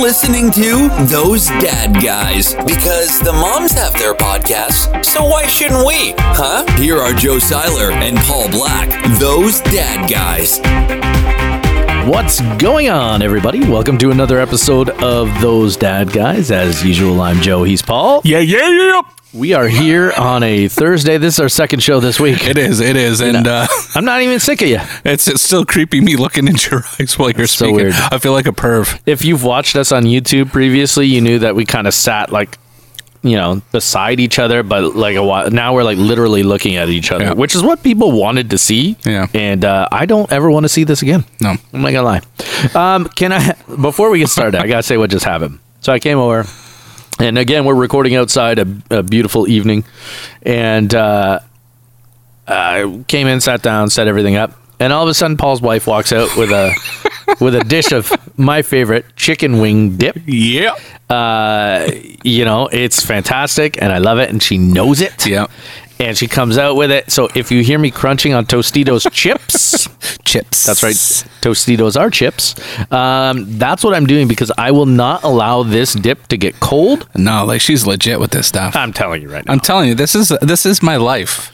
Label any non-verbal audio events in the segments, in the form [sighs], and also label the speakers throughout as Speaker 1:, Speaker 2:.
Speaker 1: listening to Those Dad Guys because the moms have their podcasts, so why shouldn't we? Huh? Here are Joe Seiler and Paul Black, Those Dad Guys.
Speaker 2: What's going on, everybody? Welcome to another episode of Those Dad Guys. As usual, I'm Joe. He's Paul.
Speaker 3: Yeah, yeah, yeah.
Speaker 2: We are here on a Thursday. This is our second show this week.
Speaker 3: It is, it is, and uh, [laughs]
Speaker 2: I'm not even sick of you.
Speaker 3: it's, it's still creepy me looking into your [laughs] eyes while you're
Speaker 2: so
Speaker 3: speaking.
Speaker 2: weird.
Speaker 3: I feel like a perv.
Speaker 2: If you've watched us on YouTube previously, you knew that we kind of sat like, you know, beside each other, but like a while now we're like literally looking at each other,
Speaker 3: Yeah.
Speaker 2: which is what people wanted to see.
Speaker 3: Yeah.
Speaker 2: And uh, I don't ever want to see this again.
Speaker 3: No.
Speaker 2: I'm not gonna lie. Um, can I? Before we get started, I gotta say what just happened. So I came over, and again we're recording outside a, a beautiful evening, and uh, I came in, sat down, set everything up, and all of a sudden Paul's wife walks out with a with a dish of my favorite chicken wing dip.
Speaker 3: Yeah.
Speaker 2: You know, it's fantastic, and I love it, and she knows it.
Speaker 3: Yeah.
Speaker 2: And she comes out with it. So if you hear me crunching on Tostitos chips.
Speaker 3: Chips.
Speaker 2: That's right. Tostitos are chips. Um, that's what I'm doing because I will not allow this dip to get cold.
Speaker 3: No, like she's legit with this stuff.
Speaker 2: I'm telling you right now.
Speaker 3: I'm telling you, this is this is my life.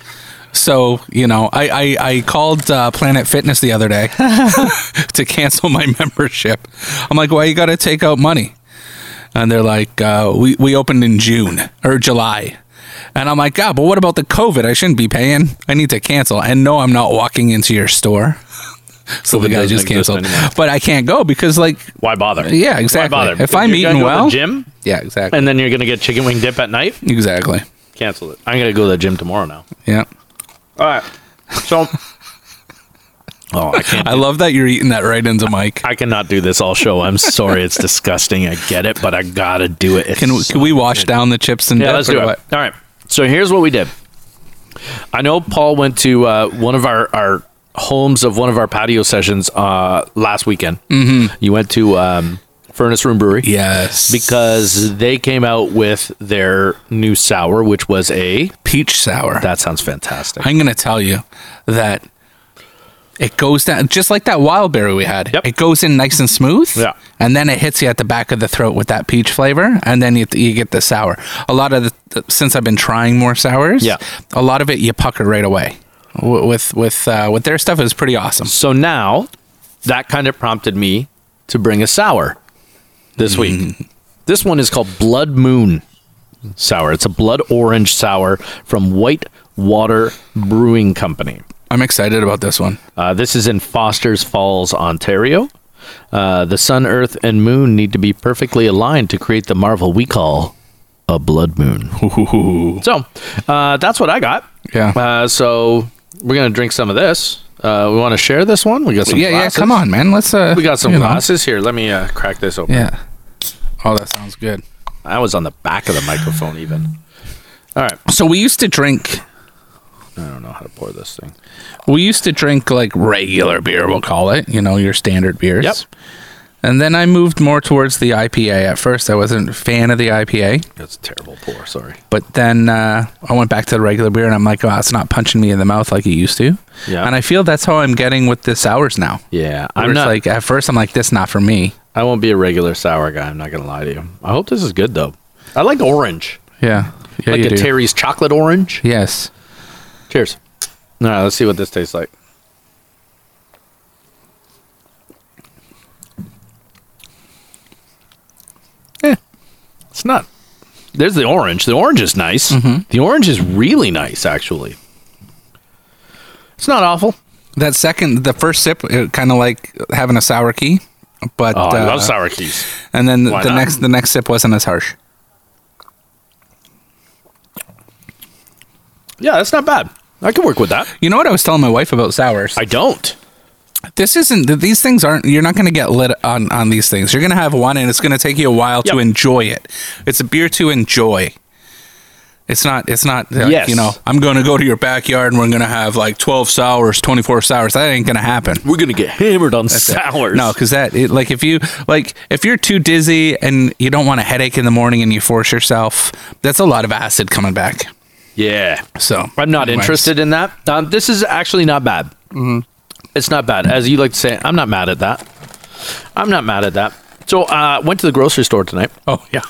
Speaker 3: So you know, I I, I called uh, Planet Fitness the other day [laughs] to cancel my [laughs] membership. I'm like, why you got to take out money? And they're like, uh, we we opened in June or July. And I'm like, God, but what about the COVID? I shouldn't be paying. I need to cancel. And no, I'm not walking into your store. [laughs] so the
Speaker 2: COVID doesn't
Speaker 3: guy just
Speaker 2: exist
Speaker 3: canceled.
Speaker 2: anymore.
Speaker 3: But I can't go because, like,
Speaker 2: Why bother?
Speaker 3: yeah, exactly.
Speaker 2: Why bother?
Speaker 3: If I'm
Speaker 2: You're gonna go
Speaker 3: eating
Speaker 2: to
Speaker 3: well,
Speaker 2: the gym,
Speaker 3: yeah, exactly,
Speaker 2: and then you're gonna get chicken wing dip at night.
Speaker 3: exactly,
Speaker 2: Cancel it. I'm gonna go to the gym tomorrow now.
Speaker 3: yeah.
Speaker 2: All right. So. [laughs] Oh, I can't.
Speaker 3: I love that you're eating that right into Mike.
Speaker 2: I cannot do this all show. I'm sorry. It's disgusting. I get it, but I gotta do it. It's
Speaker 3: Can we, can we wash down the chips and
Speaker 2: Yeah,
Speaker 3: dip,
Speaker 2: let's
Speaker 3: or
Speaker 2: do it.
Speaker 3: what?
Speaker 2: All right. So here's what we did. I know Paul went to uh, one of our, our homes of one of our patio sessions uh, last weekend. Mm-hmm. You went to um, Furnace Room Brewery
Speaker 3: Yes,
Speaker 2: because they came out with their new sour, which was a.
Speaker 3: peach sour.
Speaker 2: That sounds fantastic.
Speaker 3: I'm gonna tell you that it goes down just like that wild berry we had.
Speaker 2: Yep.
Speaker 3: It goes in nice and smooth.
Speaker 2: Yeah.
Speaker 3: and then it hits you at the back of the throat with that peach flavor, and then you, you get the sour. A lot of the since I've been trying more sours.
Speaker 2: Yeah.
Speaker 3: a lot of it you pucker right away. W- With with uh, with their stuff is pretty awesome.
Speaker 2: So now that kind of prompted me to bring a sour this week. This one is called Blood Moon Sour. It's a blood orange sour from White Water Brewing Company.
Speaker 3: I'm excited about this one.
Speaker 2: Uh, this is in Foster's Falls, Ontario. Uh, the sun, earth, and moon need to be perfectly aligned to create the marvel we call a blood moon. so uh, that's what I got.
Speaker 3: Yeah.
Speaker 2: Uh, so we're gonna drink some of this. Uh, we want to share this one. We got some.
Speaker 3: yeah,
Speaker 2: glasses.
Speaker 3: yeah. Come on, man. Let's. Uh,
Speaker 2: We got some
Speaker 3: you know.
Speaker 2: glasses here. Let me uh, crack this open.
Speaker 3: Yeah. Oh, that sounds good.
Speaker 2: I was on the back of the microphone even. All right.
Speaker 3: So we used to drink
Speaker 2: I don't know how to pour this thing.
Speaker 3: we used to drink like regular beer, we'll call it, you know, your standard beers.
Speaker 2: Yep.
Speaker 3: And then I moved more towards the IPA. At first I wasn't a fan of the IPA,
Speaker 2: That's a terrible pour. Sorry.
Speaker 3: but then uh, I went back to the regular beer and I'm like, oh, it's not punching me in the mouth like it used to.
Speaker 2: Yeah.
Speaker 3: And I feel that's how I'm getting with the sours now.
Speaker 2: Yeah,
Speaker 3: I'm
Speaker 2: I'm not.
Speaker 3: like at first I'm like, this not for me.
Speaker 2: I won't be a regular sour guy. I'm not gonna lie to you. I hope this is good though. I like orange,
Speaker 3: Yeah. Yeah,
Speaker 2: like
Speaker 3: you
Speaker 2: a
Speaker 3: do.
Speaker 2: Terry's chocolate orange.
Speaker 3: Yes.
Speaker 2: Cheers. All right, let's see what this tastes like. Eh, it's not. There's the orange. The orange is nice. The orange is really nice, actually. It's not awful.
Speaker 3: That second the first sip it kind of like having a sour key, but
Speaker 2: Oh, I
Speaker 3: uh,
Speaker 2: love sour keys.
Speaker 3: and then
Speaker 2: Why
Speaker 3: the
Speaker 2: not?
Speaker 3: next the next sip wasn't as harsh.
Speaker 2: Yeah, that's not bad. I can work with that.
Speaker 3: You know what I was telling my wife about sours?
Speaker 2: I don't.
Speaker 3: this isn't th- these things aren't you're not going to get lit on on these things you're going to have one and it's going to take you a while to
Speaker 2: Yep.
Speaker 3: enjoy it it's a beer to enjoy it's not it's not like,
Speaker 2: Yes.
Speaker 3: you know i'm going to go to your backyard and we're going to have like 12 sours 24 sours that ain't going to happen
Speaker 2: We're gonna get hammered on sours.
Speaker 3: no because that it, like if you like if you're too dizzy and you don't want a headache in the morning and you force yourself that's a lot of acid coming back
Speaker 2: Yeah.
Speaker 3: so
Speaker 2: I'm not
Speaker 3: anyways.
Speaker 2: interested in that. Um, this is actually not bad. It's not bad. As you like to say, I'm not mad at that. I'm not mad at that. So uh, went to the grocery store tonight.
Speaker 3: Oh
Speaker 2: [laughs]
Speaker 3: yeah.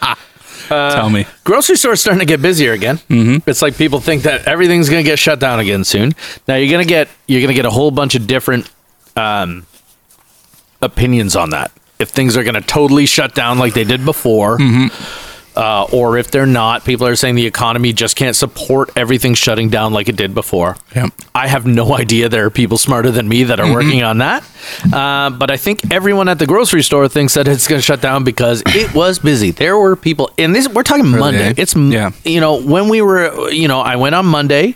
Speaker 2: Uh,
Speaker 3: Tell me.
Speaker 2: Grocery store's starting to get busier again. Mm-hmm. It's like people think that everything's going to get shut down again soon. Now you're going to get you're going to get a whole bunch of different um, opinions on that. If things are going to totally shut down like they did before, uh, or if they're not, people are saying the economy just can't support everything shutting down like it did before.
Speaker 3: Yep.
Speaker 2: I have no [laughs] idea. There are people smarter than me that are working on that. Uh, but I think everyone at the grocery store thinks that it's going to shut down because it was busy. There were people, and this we're talking Monday.
Speaker 3: eh?
Speaker 2: It's m-
Speaker 3: Yeah.
Speaker 2: You know when we were, you know, I went on Monday,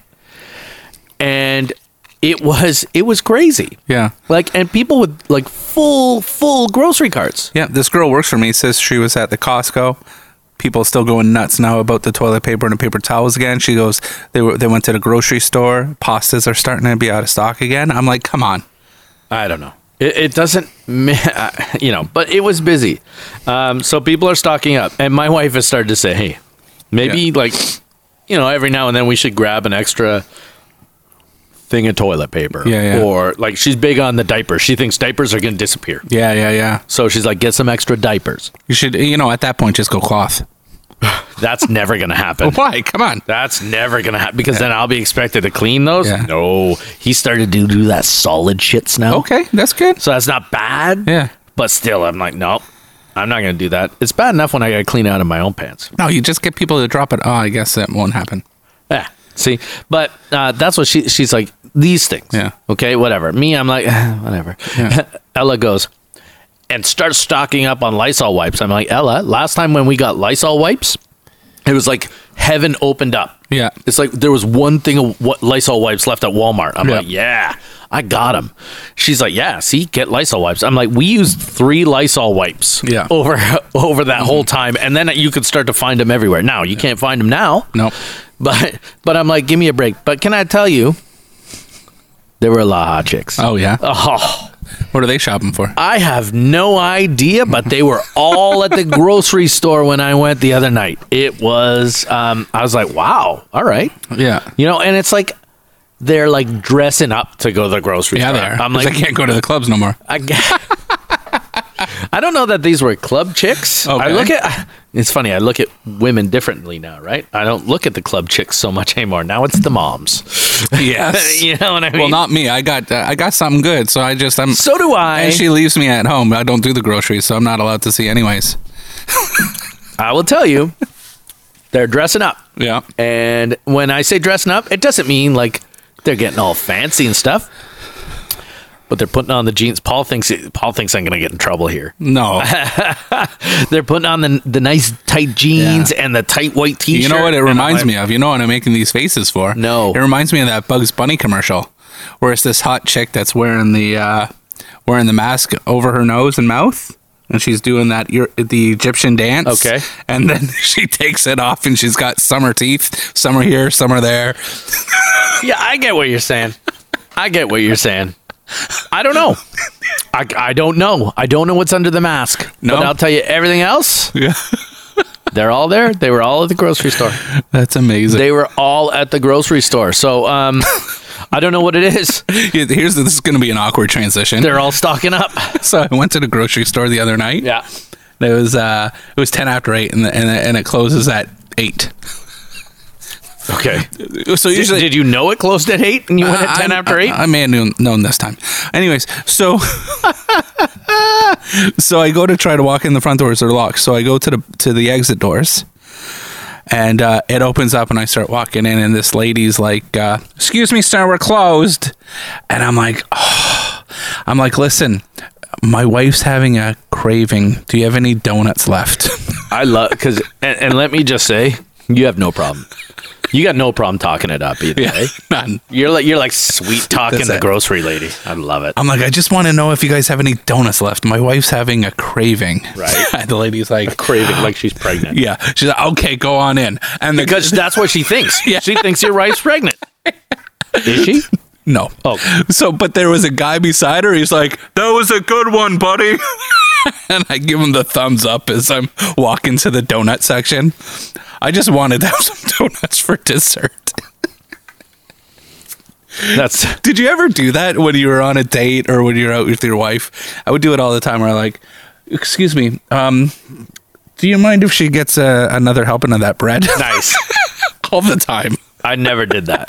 Speaker 2: and it was it was crazy.
Speaker 3: Yeah.
Speaker 2: Like and people with like full full grocery carts.
Speaker 3: Yeah, this girl works for me. Says she was at the Costco. People still going nuts now about the toilet paper and the paper towels again. She goes, they were they went to the grocery store. Pastas are starting to be out of stock again. I'm like, come on.
Speaker 2: I don't know. It, it doesn't, [laughs] ma- you know, but it was busy. Um, so people are stocking up. And my wife has started to say, hey, maybe
Speaker 3: Yeah.
Speaker 2: like, you know, every now and then we should grab an extra thing of toilet paper.
Speaker 3: Yeah, yeah.
Speaker 2: Or like she's big on the diapers. She thinks diapers are going to disappear.
Speaker 3: Yeah, yeah, yeah.
Speaker 2: So she's like, get some extra diapers.
Speaker 3: You should, you know, at that point, just go cloth. [laughs]
Speaker 2: That's never going to happen.
Speaker 3: Why? Come on.
Speaker 2: That's never gonna happen because then I'll be expected to clean those.
Speaker 3: Yeah.
Speaker 2: No, he started to do that solid shits now.
Speaker 3: Okay, that's good.
Speaker 2: So that's not bad.
Speaker 3: Yeah.
Speaker 2: But still, I'm like, nope, I'm not going to do that. It's bad enough when I got to clean out of my own pants.
Speaker 3: No, you just get people to drop it. Oh, I guess that won't happen.
Speaker 2: Yeah. See, but uh, that's what she she's like. These things.
Speaker 3: Yeah.
Speaker 2: Okay. Whatever. Me, I'm like, [laughs] whatever.
Speaker 3: Yeah.
Speaker 2: [laughs] Ella goes and starts stocking up on Lysol wipes. I'm like, Ella, last time when we got Lysol wipes, it was like heaven opened up.
Speaker 3: Yeah.
Speaker 2: It's like there was one thing of what Lysol wipes left at Walmart. I'm
Speaker 3: Yeah.
Speaker 2: like, yeah, I got them. She's like, yeah, see, get Lysol wipes. I'm like, we used three Lysol wipes
Speaker 3: Yeah.
Speaker 2: over [laughs] over that whole time, and then you could start to find them everywhere. Now you can't find them now.
Speaker 3: Nope.
Speaker 2: But but I'm like, give me a break. But can I tell you, there were Laha chicks.
Speaker 3: Oh, yeah.
Speaker 2: Oh,
Speaker 3: What are they shopping for?
Speaker 2: I have no idea, but they were all
Speaker 3: [laughs]
Speaker 2: at the grocery store when I went the other night. It was, um, I was like, wow, all right,
Speaker 3: Yeah.
Speaker 2: you know, and it's like they're like dressing up to go to the grocery
Speaker 3: Yeah,
Speaker 2: store.
Speaker 3: they are.
Speaker 2: I'm
Speaker 3: 'Cause
Speaker 2: like,
Speaker 3: I can't go to the clubs no
Speaker 2: [laughs]
Speaker 3: more. [laughs]
Speaker 2: I, g- I don't know that these were club chicks. I
Speaker 3: Okay.
Speaker 2: look at it's funny. I look at women differently now, right? I don't look at the club chicks so much anymore. Now it's the moms.
Speaker 3: Yes.
Speaker 2: you know what I mean?
Speaker 3: Well, not me. I got uh, I got something good, so I just I'm.
Speaker 2: so do I.
Speaker 3: and she leaves me at home. I don't do the groceries, so I'm not allowed to see anyways.
Speaker 2: I will tell you, they're dressing up,
Speaker 3: Yeah.
Speaker 2: and when I say dressing up, it doesn't mean like they're getting all fancy and stuff. But they're putting on the jeans. Paul thinks Paul thinks I'm gonna get in trouble here. [laughs]
Speaker 3: No.
Speaker 2: They're putting on the the nice tight jeans
Speaker 3: Yeah.
Speaker 2: and the tight white t-shirt.
Speaker 3: You know what it
Speaker 2: and I'm
Speaker 3: reminds
Speaker 2: like,
Speaker 3: me of? You know what I'm making these faces for?
Speaker 2: No.
Speaker 3: It reminds me of that Bugs Bunny commercial where it's this hot chick that's wearing the uh, wearing the mask over her nose and mouth. And she's doing that ear- the Egyptian dance.
Speaker 2: Okay.
Speaker 3: And then [laughs] she takes it off and she's got summer teeth. Some are here, some are there. [laughs]
Speaker 2: Yeah, I get what you're saying. I get what you're saying. I don't know. I, I don't know. I don't know what's under the mask.
Speaker 3: No.
Speaker 2: But I'll tell you everything else.
Speaker 3: Yeah.
Speaker 2: They're all there. They were all at the grocery store.
Speaker 3: That's amazing.
Speaker 2: They were all at the grocery store. So um, I don't know what it is.
Speaker 3: Yeah, Here's the, this is going to be an awkward transition.
Speaker 2: They're all stocking up.
Speaker 3: [laughs] So I went to the grocery store the other night.
Speaker 2: Yeah.
Speaker 3: It was uh, it was ten after eight, and the, and, the, and it closes at eight.
Speaker 2: Okay.
Speaker 3: So
Speaker 2: Did,
Speaker 3: usually,
Speaker 2: did you know it closed at eight and you went at ten
Speaker 3: I-
Speaker 2: after
Speaker 3: I-
Speaker 2: eight?
Speaker 3: I, may have known, known this time. Anyways, so [laughs] so I go to try to walk in. The front doors are locked, so I go to the to the exit doors, and uh, it opens up, and I start walking in, and this lady's like, uh, "Excuse me, sir, we're closed," and I'm like, oh. "I'm like, listen." My wife's having a craving. Do you have any donuts left? [laughs]
Speaker 2: I love because and, and let me just say, you have no problem. You got no problem talking it up either. eh?
Speaker 3: None.
Speaker 2: You're like you're like sweet talking
Speaker 3: [laughs] That's
Speaker 2: the
Speaker 3: it.
Speaker 2: grocery lady. I love it.
Speaker 3: I'm like, I just want to know if you guys have any donuts left. My wife's having a craving.
Speaker 2: Right.
Speaker 3: [laughs] the lady's like,
Speaker 2: [laughs] Craving like she's pregnant.
Speaker 3: Yeah. She's like, okay, go on in. And the
Speaker 2: Because that's what she
Speaker 3: [laughs]
Speaker 2: thinks. She thinks your wife's pregnant. Is she?
Speaker 3: no.
Speaker 2: Oh.
Speaker 3: So, but there was a guy beside her. He's like, that was a good one, buddy. [laughs] and I give him the thumbs up as I'm walking to the donut section. I just wanted to have some [laughs] donuts for dessert.
Speaker 2: That's
Speaker 3: Did you ever do that when you were on a date or when you're out with your wife? I would do it all the time where I like Excuse me. Um, do you mind if she gets uh, another helping of that bread? [laughs]
Speaker 2: Nice.
Speaker 3: All the time.
Speaker 2: I never did that.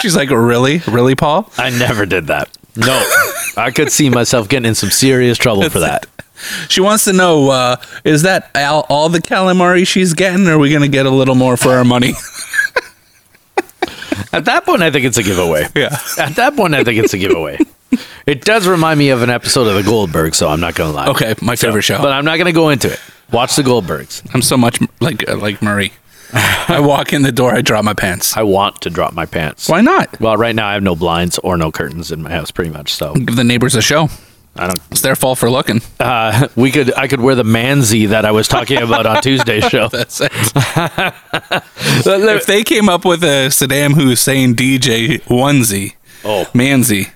Speaker 3: She's like, really, really, Paul?
Speaker 2: I never did that. No, I could see myself getting in some serious trouble for that.
Speaker 3: She wants to know: uh, Is that all, all the calamari she's getting? Or are we going to get a little more for our money?
Speaker 2: At that point, I think it's a giveaway.
Speaker 3: yeah.
Speaker 2: At that point, I think it's a giveaway. It does remind me of an episode of The Goldbergs, so I'm not going to lie.
Speaker 3: [laughs] Okay, my favorite show.
Speaker 2: But I'm not going to go into it. Watch The Goldbergs.
Speaker 3: I'm so much m- like uh, like Murray. I walk in the door, I drop my pants.
Speaker 2: I want to drop my pants.
Speaker 3: Why not?
Speaker 2: Well, right now I have no blinds or no curtains in my house, pretty much. So
Speaker 3: Give the neighbors a show.
Speaker 2: I don't.
Speaker 3: It's their fault for looking.
Speaker 2: Uh, we could. I could wear the manzy that I was talking about on Tuesday's show.
Speaker 3: That's it. [laughs] if they came up with a Saddam Hussein DJ onesie,
Speaker 2: [laughs] Oh,
Speaker 3: manzy,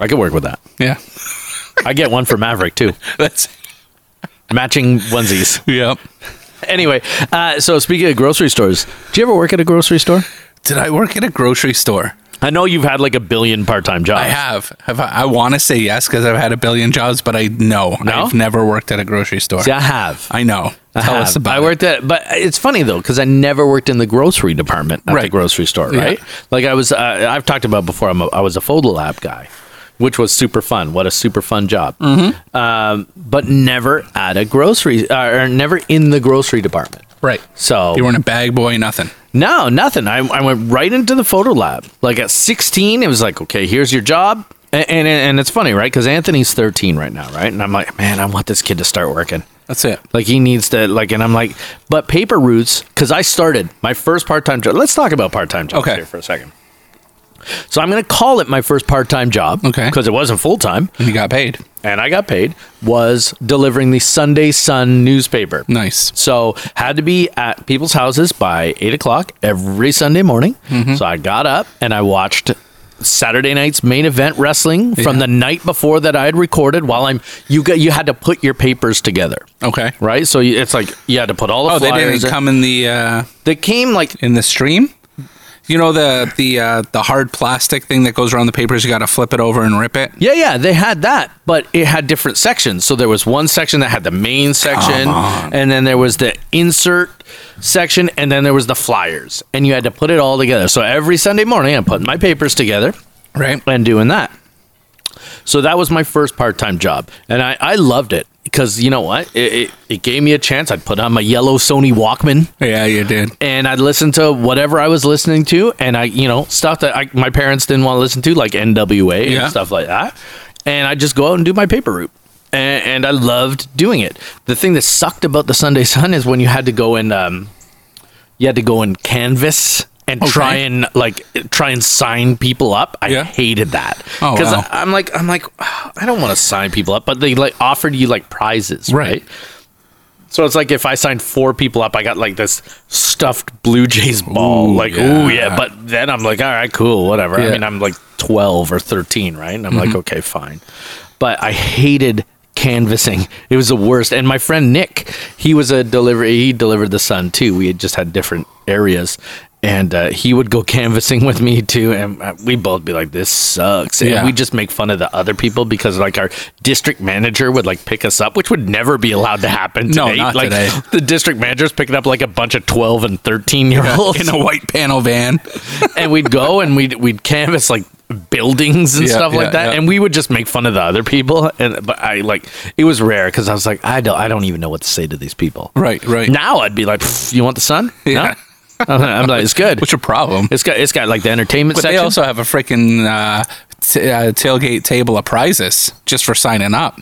Speaker 2: I could work with that.
Speaker 3: yeah,
Speaker 2: I get one for Maverick too.
Speaker 3: [laughs] that's
Speaker 2: Matching onesies.
Speaker 3: yep.
Speaker 2: Anyway, uh, so speaking of grocery stores, do you ever work at a grocery store?
Speaker 3: Did I work at a grocery store?
Speaker 2: I know you've had like a billion part-time jobs.
Speaker 3: I have. Have I, I want to say yes because I've had a billion jobs, but I know
Speaker 2: No?
Speaker 3: I've never worked at a grocery store.
Speaker 2: See, I have.
Speaker 3: I know. Tell us
Speaker 2: have.
Speaker 3: about
Speaker 2: I worked at, but it's funny though because I never worked in the grocery department at the
Speaker 3: Right.
Speaker 2: grocery store, right? Like I was, uh, I've talked about before. I'm a, I was a Fold Lab guy, which was super fun. What a super fun job! Um, but never at a grocery uh, or never in the grocery department.
Speaker 3: it. Right.
Speaker 2: So
Speaker 3: You weren't a bag boy, nothing.
Speaker 2: no, nothing. I, I went right into the photo lab. Like at 16, it was like, okay, here's your job. And and, and it's funny, right? Because Anthony's 13 right now, right? And I'm like, man, I want this kid to start working.
Speaker 3: That's it.
Speaker 2: Like he needs to like, and I'm like, but paper routes because I started my first part time job. Let's talk about part time jobs
Speaker 3: Okay.
Speaker 2: here for a second. So I'm going to call it my first part time job,
Speaker 3: Okay.
Speaker 2: because it wasn't full time,
Speaker 3: And you got paid.
Speaker 2: and I got paid was delivering the Sunday Sun newspaper.
Speaker 3: Nice.
Speaker 2: So had to be at people's houses by eight o'clock every Sunday morning.
Speaker 3: Mm-hmm.
Speaker 2: So I got up and I watched Saturday night's main event wrestling from
Speaker 3: Yeah.
Speaker 2: the night before that I had recorded. While I'm you got you had to put your papers together,
Speaker 3: Okay.
Speaker 2: right? So you, it's like you had to put all the
Speaker 3: Oh, they
Speaker 2: flyers.
Speaker 3: didn't
Speaker 2: in.
Speaker 3: come in the uh,
Speaker 2: They came like
Speaker 3: in the stream. You know the the uh, the hard plastic thing that goes around the papers. You got to flip it over and rip it.
Speaker 2: yeah, yeah. They had that, but it had different sections. So there was one section that had the main section, and then there was the insert section, and then there was the flyers, and you had to put it all together. So every Sunday morning, I'm putting my papers together.
Speaker 3: Right.
Speaker 2: and doing that. So that was my first part time job, and I, I loved it because you know what? It, it, it gave me a chance. I'd put on my yellow Sony Walkman
Speaker 3: Yeah,
Speaker 2: [laughs]
Speaker 3: you did.
Speaker 2: and I'd listen to whatever I was listening to, and I, you know, stuff that I, my parents didn't want to listen to, like NWA
Speaker 3: Yeah.
Speaker 2: and stuff like that. And I'd just go out and do my paper route. And, and I loved doing it. The thing that sucked about the Sunday Sun is when you had to go and, um, you had to go and canvas and try
Speaker 3: Okay.
Speaker 2: and like try and sign people up. I
Speaker 3: Yeah.
Speaker 2: hated that
Speaker 3: Oh,
Speaker 2: because
Speaker 3: wow.
Speaker 2: [laughs] I'm like I'm like [sighs] I don't want to sign people up, but they like offered you like prizes,
Speaker 3: Right.
Speaker 2: right? So it's like if I signed four people up, I got like this stuffed Blue Jays ball.
Speaker 3: Ooh,
Speaker 2: like,
Speaker 3: yeah.
Speaker 2: oh yeah, but then I'm like, all right, cool, whatever.
Speaker 3: Yeah. Mm-hmm.
Speaker 2: I mean, I'm like 12 or 13, right? And I'm like, okay, fine. But I hated canvassing. It was the worst. And my friend Nick, he was a delivery. He delivered the Sun too. We had just had different areas. And uh, he would go [laughs] canvassing with me too, and uh, we both be like, "This sucks." And
Speaker 3: Yeah.
Speaker 2: we just make fun of the other people because, like, our district manager would like pick us up, which would never be allowed to happen
Speaker 3: No,
Speaker 2: today.
Speaker 3: not
Speaker 2: like,
Speaker 3: today.
Speaker 2: The district manager's picking up like a bunch of twelve and thirteen year olds,
Speaker 3: In a white panel van.
Speaker 2: and we'd go and we'd we'd canvas like buildings and
Speaker 3: Yeah,
Speaker 2: stuff like
Speaker 3: yeah,
Speaker 2: that,
Speaker 3: yeah.
Speaker 2: and we would just make fun of the other people. And but I like it was rare because I was like, I don't I don't even know what to say to these people.
Speaker 3: Right, right.
Speaker 2: Now I'd be like, "Pff, you want the sun?
Speaker 3: Yeah.
Speaker 2: No, I'm like, it's good.
Speaker 3: What's your problem?
Speaker 2: It's got it's got like the entertainment
Speaker 3: But they
Speaker 2: section.
Speaker 3: also have a freaking uh, t- uh, tailgate table of prizes just for signing up.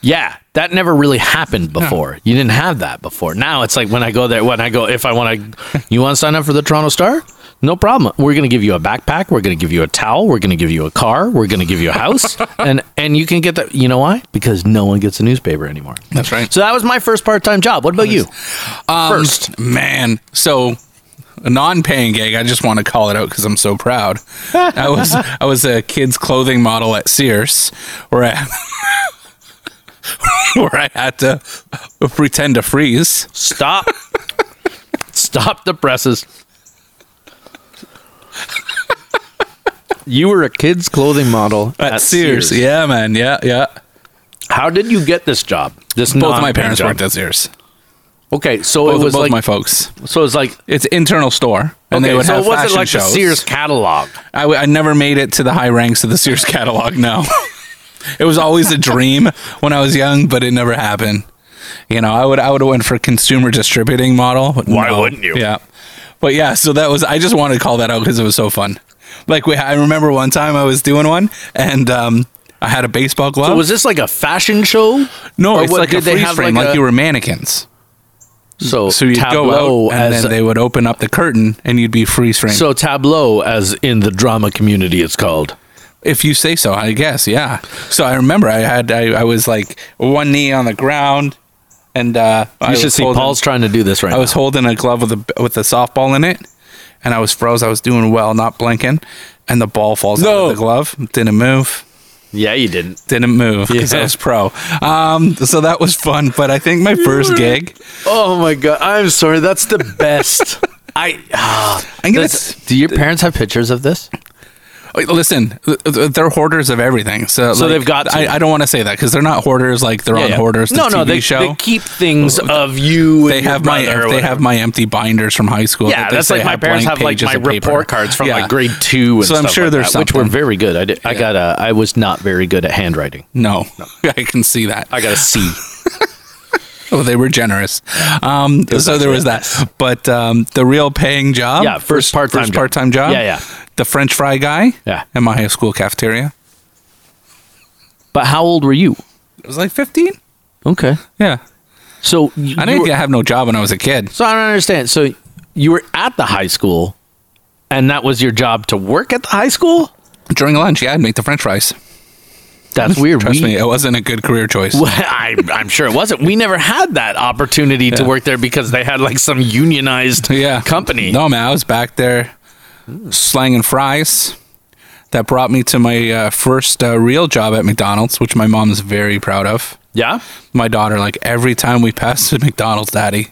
Speaker 2: Yeah, that never really happened before. You didn't have that before. Now it's like when I go there, when I go, if I want to, you want to sign up for the Toronto Star? No problem. We're going to give you a backpack. We're going to give you a towel. We're going to give you a car. We're going to give you a house, and and you can get that. You know why? Because no one gets a newspaper anymore.
Speaker 3: That's right.
Speaker 2: So that was my first part-time job. What about you? first,
Speaker 3: Man, so a non-paying gig. I just want to call it out because I'm so
Speaker 2: [laughs]
Speaker 3: proud. I was I was a kids clothing model at Sears, where I [laughs] where I had to pretend to freeze.
Speaker 2: stop, [laughs] stop the presses. You were a kids' clothing model
Speaker 3: yeah, man, yeah, yeah.
Speaker 2: How did you get this job? This
Speaker 3: Both of my parents
Speaker 2: job?
Speaker 3: worked at Sears.
Speaker 2: Okay, so
Speaker 3: Both,
Speaker 2: it was
Speaker 3: both
Speaker 2: like
Speaker 3: my folks.
Speaker 2: so it was like
Speaker 3: It's internal store, and
Speaker 2: okay,
Speaker 3: they would
Speaker 2: so
Speaker 3: have
Speaker 2: it wasn't
Speaker 3: fashion
Speaker 2: like
Speaker 3: shows.
Speaker 2: the Sears catalog.
Speaker 3: I, w- I never made it to the high ranks of the Sears catalog. No, [laughs] it was always a dream when I was young, but it never happened. You know, I would I would have went for consumer distributing model.
Speaker 2: Why wouldn't you?
Speaker 3: Yeah, but yeah, so that was I just wanted to call that out because it was so fun. Like we, I remember one time I was doing one, and um, I had a baseball glove.
Speaker 2: So was this like a fashion show?
Speaker 3: no,
Speaker 2: or
Speaker 3: it's
Speaker 2: what
Speaker 3: like a
Speaker 2: did they
Speaker 3: freeze
Speaker 2: have,
Speaker 3: frame,
Speaker 2: like
Speaker 3: like,
Speaker 2: a-
Speaker 3: you were mannequins.
Speaker 2: So,
Speaker 3: So you'd
Speaker 2: tableau
Speaker 3: go out, and
Speaker 2: as
Speaker 3: then they would open up the curtain, and you'd be freeze frame.
Speaker 2: so tableau as in the drama community, it's called.
Speaker 3: If you say so, I guess, yeah. So I remember I had I, I was like one knee on the ground, and uh, I
Speaker 2: You
Speaker 3: was
Speaker 2: should see
Speaker 3: holding-
Speaker 2: Paul's trying to do this right
Speaker 3: I was holding a glove with a with a softball in it, and I was froze. I was doing well, not blinking, and the ball falls
Speaker 2: No.
Speaker 3: out of the glove. Didn't move.
Speaker 2: now. Yeah, you didn't.
Speaker 3: Didn't move because
Speaker 2: Yeah.
Speaker 3: I was pro. Um, so that was fun. But I think my first gig.
Speaker 2: Oh my god, I'm sorry. That's the best. I
Speaker 3: [laughs] I guess
Speaker 2: do your parents have pictures of this?
Speaker 3: Wait, Listen, th- th- they're hoarders of everything. So,
Speaker 2: So
Speaker 3: like,
Speaker 2: they've got to.
Speaker 3: I, I don't want to say that because they're not hoarders. Like they're on hoarders.
Speaker 2: No,
Speaker 3: No,
Speaker 2: no,
Speaker 3: TV
Speaker 2: they,
Speaker 3: show.
Speaker 2: they keep things of you. and
Speaker 3: they
Speaker 2: your
Speaker 3: have my
Speaker 2: brother or
Speaker 3: they
Speaker 2: whatever.
Speaker 3: have my empty binders from high school.
Speaker 2: Yeah,
Speaker 3: that they
Speaker 2: that's
Speaker 3: say
Speaker 2: like my parents
Speaker 3: blank
Speaker 2: have like
Speaker 3: pages
Speaker 2: my
Speaker 3: of paper.
Speaker 2: report cards from
Speaker 3: Yeah.
Speaker 2: like grade two. And
Speaker 3: So I'm
Speaker 2: stuff
Speaker 3: sure
Speaker 2: like
Speaker 3: there's
Speaker 2: that, which were
Speaker 3: something.
Speaker 2: very good. I did, I got a I was not very good at handwriting.
Speaker 3: No, [laughs] I can see that.
Speaker 2: I got a C.
Speaker 3: Oh, they were generous. Um, so there was that. But um, the real paying job,
Speaker 2: Yeah, first part-time
Speaker 3: first
Speaker 2: job.
Speaker 3: part time job.
Speaker 2: Yeah, yeah.
Speaker 3: The French fry guy.
Speaker 2: Yeah.
Speaker 3: in my high school cafeteria.
Speaker 2: [laughs] but how old were you?
Speaker 3: It was like 15.
Speaker 2: Okay,
Speaker 3: Yeah,
Speaker 2: so you,
Speaker 3: I
Speaker 2: you
Speaker 3: didn't
Speaker 2: were-
Speaker 3: have no job when I was a kid.
Speaker 2: so I don't understand. So you were at the high school, and that was your job to work at the high school.
Speaker 3: During lunch, yeah, I'd make the French fries.
Speaker 2: That's weird.
Speaker 3: Trust
Speaker 2: we,
Speaker 3: me, it wasn't a good career
Speaker 2: [laughs]
Speaker 3: choice.
Speaker 2: Well, I, I'm sure it wasn't. We never had that opportunity to
Speaker 3: Yeah.
Speaker 2: work there because they had like some unionized
Speaker 3: yeah.
Speaker 2: company.
Speaker 3: No, man, I was back there slanging fries. That brought me to my uh, first uh, real job at McDonald's, which my mom is very proud of.
Speaker 2: Yeah.
Speaker 3: My daughter, like every time we passed the McDonald's, Daddy,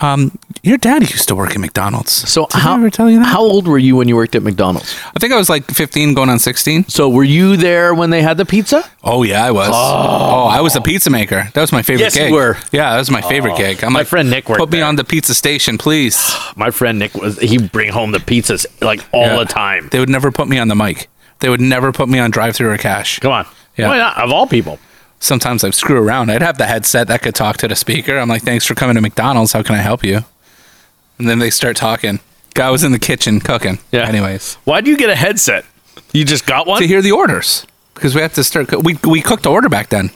Speaker 3: um, your daddy used to work at McDonald's.
Speaker 2: So
Speaker 3: Did
Speaker 2: how
Speaker 3: I ever tell you that?
Speaker 2: how old were you when you worked at McDonald's?
Speaker 3: I think I was like 15, going on 16.
Speaker 2: So were you there when they had the pizza?
Speaker 3: Oh yeah, I was. Oh, I was a pizza maker. That was my favorite
Speaker 2: Yes, you
Speaker 3: gig.
Speaker 2: were. Oh.
Speaker 3: Yeah, that was my favorite gig. I'm
Speaker 2: My
Speaker 3: like,
Speaker 2: friend Nick worked
Speaker 3: Put me
Speaker 2: there."
Speaker 3: on the pizza station, please.
Speaker 2: My friend Nick was he bring home the pizzas like all
Speaker 3: Yeah.
Speaker 2: the time.
Speaker 3: They would never put me on the mic. They would never put me on drive through or cash.
Speaker 2: Come on.
Speaker 3: Yeah.
Speaker 2: Why not? Of all people.
Speaker 3: Sometimes I'd screw around. I'd have the headset that could talk to the speaker. I'm like, thanks for coming to McDonald's. How can I help you? And then they start talking. Guy was in the kitchen cooking.
Speaker 2: Yeah.
Speaker 3: Anyways,
Speaker 2: Why'd you get a headset? You just got one?
Speaker 3: to hear the orders because we have to start. Co- we we cooked to order back then.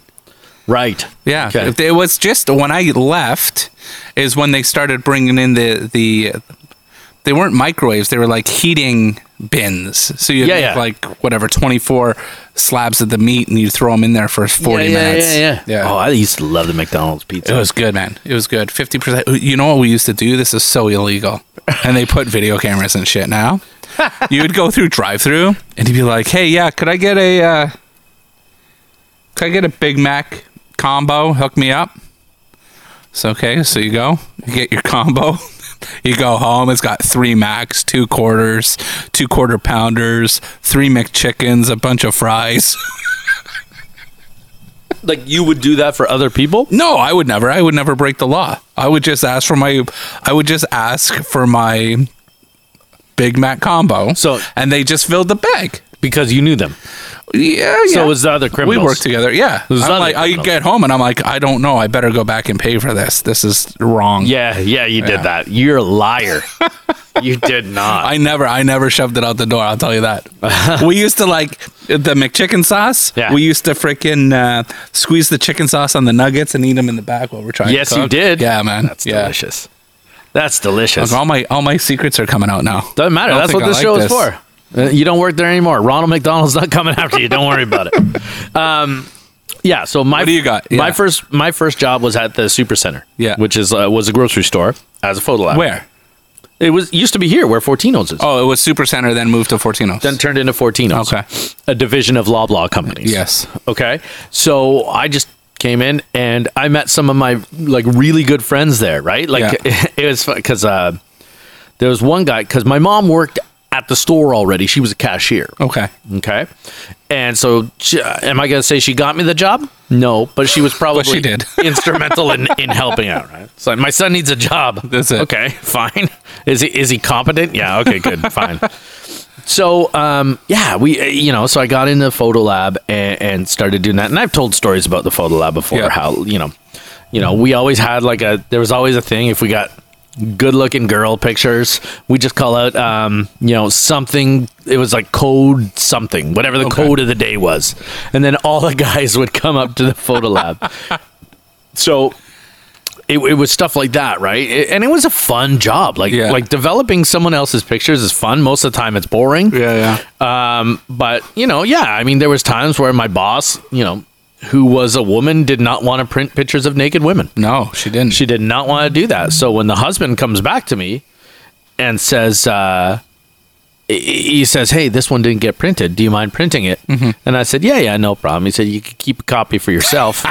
Speaker 2: Right.
Speaker 3: Yeah.
Speaker 2: Okay.
Speaker 3: If they- It was just when I left is when they started bringing in the the. They weren't microwaves. They were like heating bins. So you
Speaker 2: Yeah,
Speaker 3: yeah,
Speaker 2: yeah.
Speaker 3: like whatever twenty four slabs of the meat, and you throw them in there for forty minutes.
Speaker 2: Yeah, yeah, yeah. Oh, I used to love the McDonald's pizza.
Speaker 3: It was good, man. It was good. Fifty percent. uh, You know what we used to do? This is so illegal. And they put video cameras and shit now. you would go through drive-through, and you'd be like, "Hey, yeah, could I get a, uh, could I get a Big Mac combo? Hook me up." It's okay. So you go, you get your combo. [laughs] You go home. It's got three Macs, two quarters, two quarter pounders, three McChickens, a bunch of fries.
Speaker 2: like you would do that for other people?
Speaker 3: No, I would never. I would never break the law. I would just ask for my. I would just ask for my Big Mac combo.
Speaker 2: So-
Speaker 3: and they just filled the bag.
Speaker 2: Because you knew them.
Speaker 3: Yeah, yeah.
Speaker 2: So it was the other criminals.
Speaker 3: we work together. Yeah,
Speaker 2: was
Speaker 3: I'm
Speaker 2: other
Speaker 3: like, I
Speaker 2: criminals.
Speaker 3: get home and I'm like, I don't know. I better go back and pay for this. This is wrong.
Speaker 2: Yeah, yeah, you did that. You're a
Speaker 3: [laughs]
Speaker 2: liar. you did not.
Speaker 3: I never, I never shoved it out the door. I'll tell
Speaker 2: [laughs]
Speaker 3: you that. we used to like the McChicken sauce.
Speaker 2: Yeah.
Speaker 3: We used to freaking uh, squeeze the chicken sauce on the nuggets and eat them in the back while we're trying.
Speaker 2: Yes,
Speaker 3: to
Speaker 2: you
Speaker 3: cook.
Speaker 2: did.
Speaker 3: Yeah, man.
Speaker 2: That's
Speaker 3: yeah.
Speaker 2: delicious. That's delicious.
Speaker 3: Look, all my all my secrets are coming out now.
Speaker 2: Doesn't matter.
Speaker 3: I don't
Speaker 2: That's what
Speaker 3: think I
Speaker 2: this
Speaker 3: like
Speaker 2: show is
Speaker 3: this.
Speaker 2: for. Uh, you don't work there anymore. Ronald McDonald's not coming after you. Don't worry about it. Um,
Speaker 3: [laughs]
Speaker 2: yeah. So my
Speaker 3: What do you got?
Speaker 2: My
Speaker 3: Yeah.
Speaker 2: first my first job was at the Supercenter.
Speaker 3: Yeah.
Speaker 2: Which is uh, was a grocery store as a photo lab.
Speaker 3: Where?
Speaker 2: it was used to be here where Fortino's is.
Speaker 3: Oh, it was Supercenter, then moved to Fortinos.
Speaker 2: Then turned into Fortino's.
Speaker 3: Okay.
Speaker 2: A division of Loblaw companies.
Speaker 3: yes.
Speaker 2: Okay. So I just came in and I met some of my like really good [laughs] friends there, right? Like
Speaker 3: Yeah.
Speaker 2: it was because uh, there was one guy because my mom worked at the store already. She was a cashier.
Speaker 3: Okay.
Speaker 2: Okay. And so, she, am I going to say she got me the job? No, but she
Speaker 3: [laughs]
Speaker 2: was probably
Speaker 3: she did.
Speaker 2: [laughs] instrumental in, in helping out, right? So my son needs a job.
Speaker 3: That's it.
Speaker 2: Okay, [laughs] fine. Is he is he competent? Yeah. Okay,
Speaker 3: [laughs]
Speaker 2: good. fine. So, um, yeah, we, uh, you know, so I got into photo lab and, and started doing that. And I've told stories about the photo lab before.
Speaker 3: Yeah.
Speaker 2: How you know, you know, we always had like a there was always a thing if we got good looking girl pictures, we just call out, um, you know, something. It was like code something, whatever the
Speaker 3: Okay.
Speaker 2: code of the day was, and then all the [laughs] guys would come up to the photo lab. So it, it was stuff like that, right? It- and it was a fun job. Like
Speaker 3: Yeah.
Speaker 2: like developing someone else's pictures is fun. Most of the time, it's boring.
Speaker 3: Yeah, yeah.
Speaker 2: Um, but you know, yeah, I mean, there was times where my boss, you know, who was a woman, did not want to print pictures of naked women.
Speaker 3: No, she didn't.
Speaker 2: She did not want to do that. So when the husband comes back to me and says, uh, he he says, "Hey, this one didn't get printed. Do you mind printing it?"
Speaker 3: Mm-hmm.
Speaker 2: And I said, "Yeah, yeah, no problem." He said, "You could keep a copy for
Speaker 3: [laughs]
Speaker 2: yourself."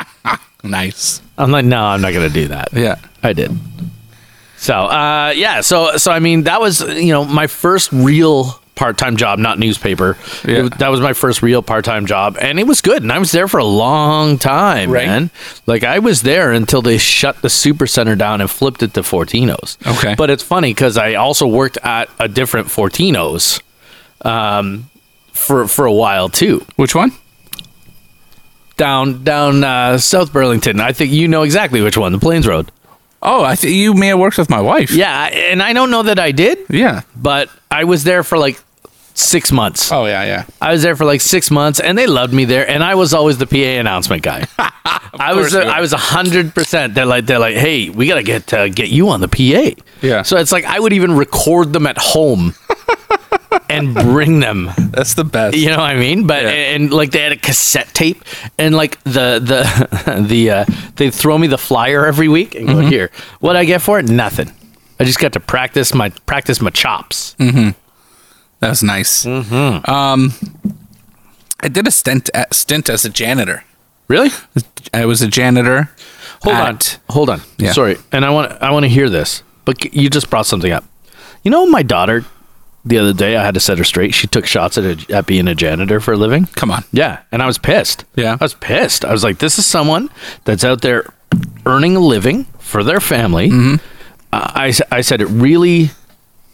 Speaker 3: nice.
Speaker 2: I'm like, no, I'm not gonna do that.
Speaker 3: Yeah.
Speaker 2: I did. So uh, yeah, so so I mean that was you know my first real part time job, not newspaper. It
Speaker 3: Yeah.
Speaker 2: was- that was my first real part time job, and it was good. And I was there for a long time,
Speaker 3: Right.
Speaker 2: man. Like I was there until they shut the supercenter down and flipped it to Fortinos.
Speaker 3: Okay.
Speaker 2: but it's funny because I also worked at a different Fortinos, um, for for a while too
Speaker 3: Which one?
Speaker 2: down down uh, South Burlington. I think you know exactly which one, the Plains Road.
Speaker 3: Oh, I think you may have worked with my wife.
Speaker 2: Yeah, and I don't know that I did,
Speaker 3: Yeah.
Speaker 2: but I was there for like six months.
Speaker 3: Oh, yeah, yeah.
Speaker 2: I was there for like six months, and they loved me there. And I was always the PA announcement
Speaker 3: [laughs]
Speaker 2: guy. I was
Speaker 3: course you were.
Speaker 2: I was hundred percent. They're like they're like, hey, we gotta get uh, get you on the PA.
Speaker 3: Yeah.
Speaker 2: So it's like I would even record them at
Speaker 3: [laughs]
Speaker 2: home. And bring them,
Speaker 3: That's the best.
Speaker 2: you know what I mean? But
Speaker 3: Yeah.
Speaker 2: and, like they had a cassette tape, and like the the [laughs] the uh, they'd throw me the flyer every week and go
Speaker 3: Mm-hmm.
Speaker 2: here. What I get for it? Nothing. I just got to practice my practice my chops.
Speaker 3: Mm. That's nice. Mm-hmm. Um, I did a stint at, stint as a janitor.
Speaker 2: Really?
Speaker 3: I was a janitor.
Speaker 2: Hold
Speaker 3: at-
Speaker 2: on. Hold on.
Speaker 3: Yeah.
Speaker 2: Sorry. And I want I want to hear this. But c- you just brought something up. You know my daughter the other day I had to set her straight. She took shots at a, at being a janitor for a living.
Speaker 3: Come on.
Speaker 2: Yeah, and I was pissed.
Speaker 3: Yeah.
Speaker 2: I was pissed. I was like this is someone that's out there earning a living for their family.
Speaker 3: Mm-hmm.
Speaker 2: Uh, I s- I said it really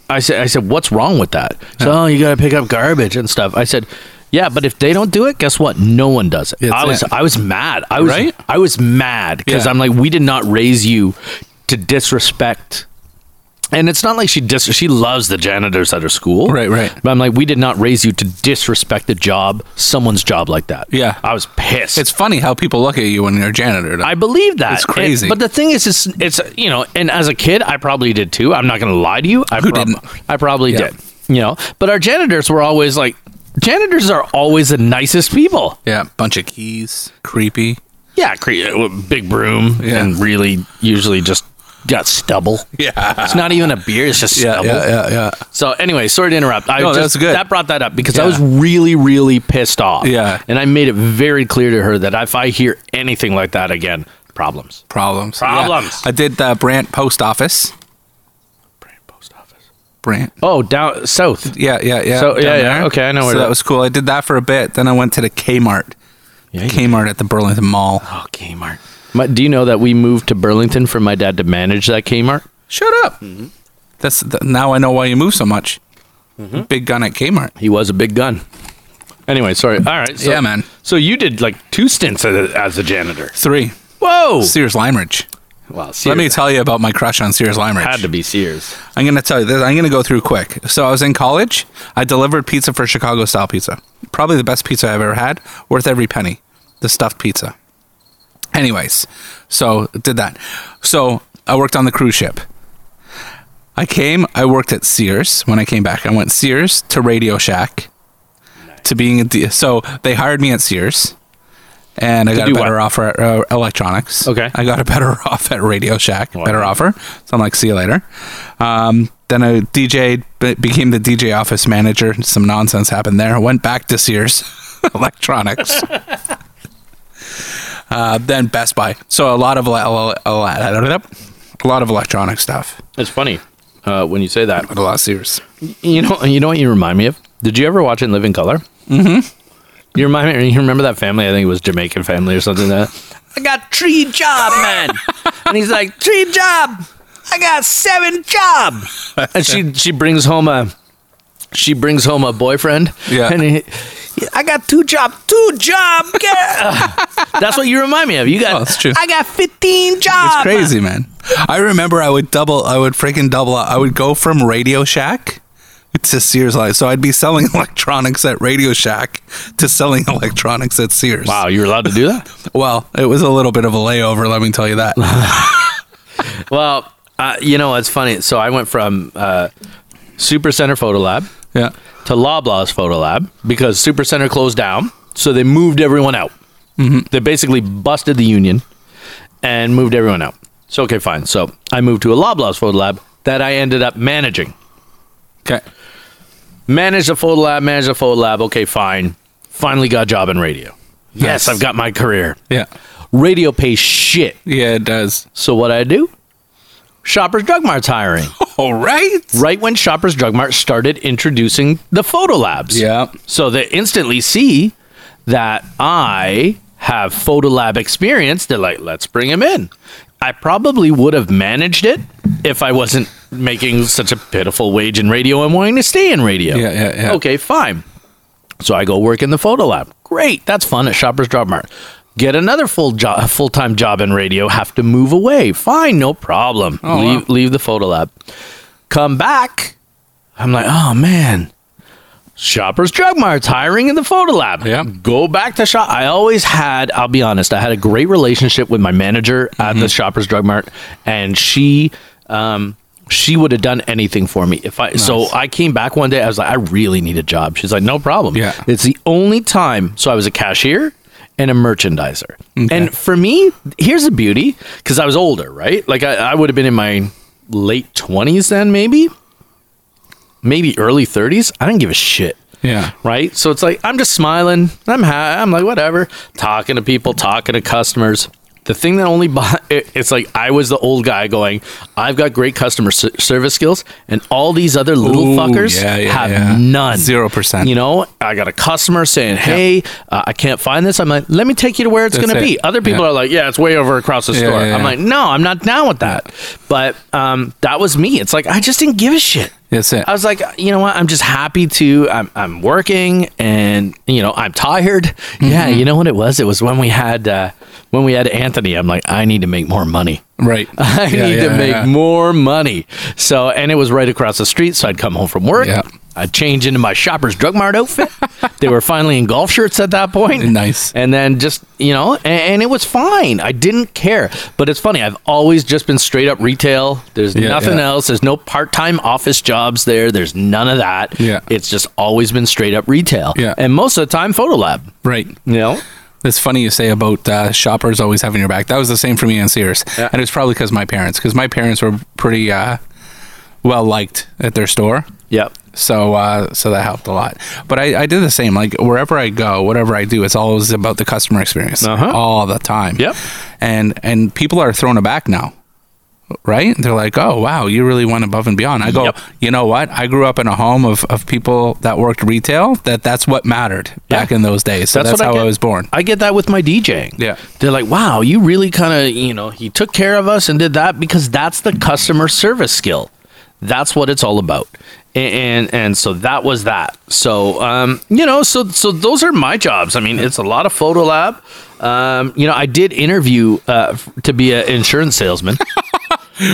Speaker 2: I said I said what's wrong with that? So "Oh, you got to pick up garbage and stuff. I said yeah, but if they don't do it, guess what? No one does it.
Speaker 3: That's
Speaker 2: I was
Speaker 3: it.
Speaker 2: I was mad. I was
Speaker 3: Right?
Speaker 2: I was mad because
Speaker 3: Yeah.
Speaker 2: I'm like, we did not raise you to disrespect. And it's not like she dis- she loves the janitors at her school,
Speaker 3: Right, right.
Speaker 2: But I'm like, we did not raise you to disrespect the job, someone's job like that.
Speaker 3: Yeah.
Speaker 2: I was pissed.
Speaker 3: It's funny how people look at you when you're a janitor. though.
Speaker 2: I believe that.
Speaker 3: It's crazy.
Speaker 2: And- but the thing is, it's, it's you know, and as a kid, I probably did too. I'm not going to lie to you. I,
Speaker 3: Who
Speaker 2: prob-
Speaker 3: didn't?
Speaker 2: I probably
Speaker 3: Yeah.
Speaker 2: did. You know, but our janitors were always like, janitors are always the nicest people.
Speaker 3: yeah, bunch of keys, creepy.
Speaker 2: Yeah, cre- uh, big broom
Speaker 3: Yeah.
Speaker 2: and really usually just got stubble.
Speaker 3: Yeah.
Speaker 2: It's not even a beer; it's just
Speaker 3: Yeah,
Speaker 2: stubble.
Speaker 3: yeah, yeah, yeah.
Speaker 2: So anyway, sorry to interrupt. I
Speaker 3: No,
Speaker 2: just,
Speaker 3: that's good.
Speaker 2: That brought that up because I
Speaker 3: Yeah.
Speaker 2: was really, really pissed off.
Speaker 3: Yeah.
Speaker 2: and I made it very clear to her that if I hear anything like that again, problems.
Speaker 3: Problems.
Speaker 2: Problems.
Speaker 3: Yeah. I did the Brant Post Office.
Speaker 2: Post office.
Speaker 3: Brant.
Speaker 2: Oh, down south.
Speaker 3: Yeah, yeah, yeah.
Speaker 2: So-
Speaker 3: down
Speaker 2: yeah, yeah, okay, I know
Speaker 3: so
Speaker 2: where
Speaker 3: that
Speaker 2: that-
Speaker 3: was cool. I did that for a bit. Then I went to the Kmart.
Speaker 2: Yeah, you-
Speaker 3: Kmart at the Burlington Mall.
Speaker 2: Oh, Kmart. My, do you know that we moved to Burlington for my dad to manage that Kmart?
Speaker 3: Shut up. That's th- now I know why you move so much. Big gun at Kmart.
Speaker 2: He was a big gun. Anyway, sorry. All right. So,
Speaker 3: Yeah, man.
Speaker 2: So you did like two stints as a, as a janitor.
Speaker 3: Three.
Speaker 2: Whoa!
Speaker 3: Sears Limeridge.
Speaker 2: Wow, Sears.
Speaker 3: Let me tell you about my crush on Sears Limeridge.
Speaker 2: had to be Sears.
Speaker 3: I'm going to tell you this. I'm going to go through quick. So I was in college. I delivered pizza for Chicago style pizza. Probably the best pizza I've ever had, worth every penny. The stuffed pizza. Anyways, so did that. So I worked on the cruise ship. I came, I worked at Sears when I came back. I went Sears to Radio Shack to being a D- so they hired me at Sears. And I got a
Speaker 2: do
Speaker 3: better
Speaker 2: what?
Speaker 3: offer at uh, electronics.
Speaker 2: Okay.
Speaker 3: I got a better [laughs] off at Radio Shack,
Speaker 2: Wow.
Speaker 3: better offer. So I'm like, see you later. Um, then I DJ be- became the DJ office manager. Some nonsense happened there. Went back to Sears [laughs] Electronics. [laughs] uh, then Best Buy. So a lot of ele- ele- ele- a lot of electronic stuff.
Speaker 2: It's funny. uh, when you say that.
Speaker 3: But a lot serious.
Speaker 2: You know, you know what you remind me of? Did you ever watch In Living Color? Mm-hmm. You remind me. You remember that family? I think it was Jamaican family or something. Like that I got three job, man, and he's
Speaker 3: [laughs]
Speaker 2: like three job. I got seven job, and she she brings home a she brings home a boyfriend.
Speaker 3: Yeah.
Speaker 2: and he, I got two job, two job. girl." That's what you remind me of. You got.
Speaker 3: Oh, that's true.
Speaker 2: I got fifteen jobs.
Speaker 3: It's crazy, man. I remember I would double, I would freaking double. up. I would go from Radio Shack to Sears Live. So I'd be selling [laughs] electronics at Radio Shack to selling electronics at Sears.
Speaker 2: Wow, you were allowed to do that.
Speaker 3: Well, it was a little bit of a layover, let me tell you that. [laughs]
Speaker 2: Well, uh, you know, it's funny. So I went from uh, Supercenter Photo Lab
Speaker 3: yeah.
Speaker 2: to Loblaws Photo Lab because Supercenter closed down. So they moved everyone out. They basically busted the union and moved everyone out. So, okay, fine. So I moved to a Loblaws Photo Lab that I ended up managing.
Speaker 3: Okay.
Speaker 2: Managed a photo lab, managed a photo lab. Okay, fine. Finally got a job in radio. Yes,
Speaker 3: Nice.
Speaker 2: I've got my career.
Speaker 3: Yeah.
Speaker 2: Radio pays shit.
Speaker 3: Yeah, it does.
Speaker 2: So what I do? Shoppers Drug Mart's hiring.
Speaker 3: All right.
Speaker 2: right when Shoppers Drug Mart started introducing the photo labs.
Speaker 3: Yeah.
Speaker 2: So they instantly see that I have photo lab experience. They're like, let's bring him in. I probably would have managed it if I wasn't making such a pitiful wage in radio and wanting to stay in radio.
Speaker 3: Yeah, yeah, yeah.
Speaker 2: Okay, fine. So I go work in the photo lab. Great, that's fun at Shoppers Drug Mart. Get another full job, full time job in radio. Have to move away. Fine, no problem.
Speaker 3: Oh, wow.
Speaker 2: leave, leave the photo lab. Come back. I'm like, oh man, Shoppers Drug Mart's hiring in the photo lab.
Speaker 3: Yeah.
Speaker 2: Go back to shop. I always had, I'll be honest, I had a great relationship with my manager at
Speaker 3: Mm-hmm.
Speaker 2: the Shoppers Drug Mart, and she, um, she would have done anything for me if I. So I came back one day. I was like, I really need a job. She's like, no problem.
Speaker 3: Yeah.
Speaker 2: It's the only time. So I was a cashier and a merchandiser. And for me, here's the beauty because I was older, right? Like I, I would have been in my late 20s then, maybe, maybe early 30s. I didn't give a shit
Speaker 3: Yeah.
Speaker 2: right? So it's like I'm just smiling. I'm ha- I'm like whatever, talking to people, talking to customers. The thing that only bo- [laughs] it- it's like I was the old guy going, I've got great customer s- service skills, and all these other little
Speaker 3: Ooh,
Speaker 2: fuckers
Speaker 3: yeah, yeah,
Speaker 2: have
Speaker 3: yeah.
Speaker 2: none,
Speaker 3: 0%.
Speaker 2: You know, I got a customer saying, "Hey, uh, I can't find this." I'm like, "Let me take you to where it's
Speaker 3: That's
Speaker 2: going to be."
Speaker 3: it.
Speaker 2: Other people
Speaker 3: Yeah.
Speaker 2: are like, "Yeah, it's way over across the
Speaker 3: Yeah,
Speaker 2: store."
Speaker 3: yeah,
Speaker 2: I'm
Speaker 3: yeah.
Speaker 2: like, "No, I'm not down with that." But um, that was me. It's like I just didn't give a shit.
Speaker 3: That's it.
Speaker 2: I was like, you know what? I'm just happy to. I'm I'm working, and you know, I'm tired. Yeah,
Speaker 3: Mm-hmm.
Speaker 2: you know what it was? It was when we had uh, when we had Anthony. I'm like, I need to make more money.
Speaker 3: Right.
Speaker 2: [laughs] I
Speaker 3: Yeah,
Speaker 2: need to
Speaker 3: yeah,
Speaker 2: make
Speaker 3: yeah.
Speaker 2: more money. So, and it was right across the street. So I'd come home from work.
Speaker 3: Yeah.
Speaker 2: I'd change into my shopper's drug mart
Speaker 3: [laughs]
Speaker 2: outfit. they were finally in golf shirts at that point.
Speaker 3: Nice.
Speaker 2: And then just, you know, and, and it was fine. I didn't care. But it's funny. I've always just been straight up retail. There's
Speaker 3: Yeah,
Speaker 2: nothing
Speaker 3: yeah.
Speaker 2: else. There's no part time office jobs there. There's none of that.
Speaker 3: Yeah.
Speaker 2: It's just always been straight up retail.
Speaker 3: Yeah.
Speaker 2: And most of the time, Photo Lab.
Speaker 3: Right.
Speaker 2: You know?
Speaker 3: That's funny you say about uh, shoppers always having your back. That was the same for me and Sears,
Speaker 2: Yeah.
Speaker 3: and it was probably because my parents, because my parents were pretty uh, well liked at their store,
Speaker 2: Yep.
Speaker 3: so uh, so that helped a lot. But I, I did the same. Like wherever I go, whatever I do, it's always about the customer experience
Speaker 2: Uh-huh.
Speaker 3: all the time.
Speaker 2: Yep.
Speaker 3: And and people are thrown aback now, right? They're like, oh wow, you really went above and beyond. I go,
Speaker 2: Yep.
Speaker 3: you know what? I grew up in a home of, of people that worked retail. That that's what mattered
Speaker 2: Yeah.
Speaker 3: back in those days. So that's,
Speaker 2: what
Speaker 3: how I,
Speaker 2: get.
Speaker 3: was born.
Speaker 2: I get that with my DJing.
Speaker 3: Yeah.
Speaker 2: They're like, wow, you really kind of, you know, he took care of us and did that because that's the customer service skill. That's what it's all about. A- And and so that was that. So um, you know, so so those are my jobs. I mean, it's a lot of photo lab. Um, you know, I did interview uh, f- to be an insurance salesman.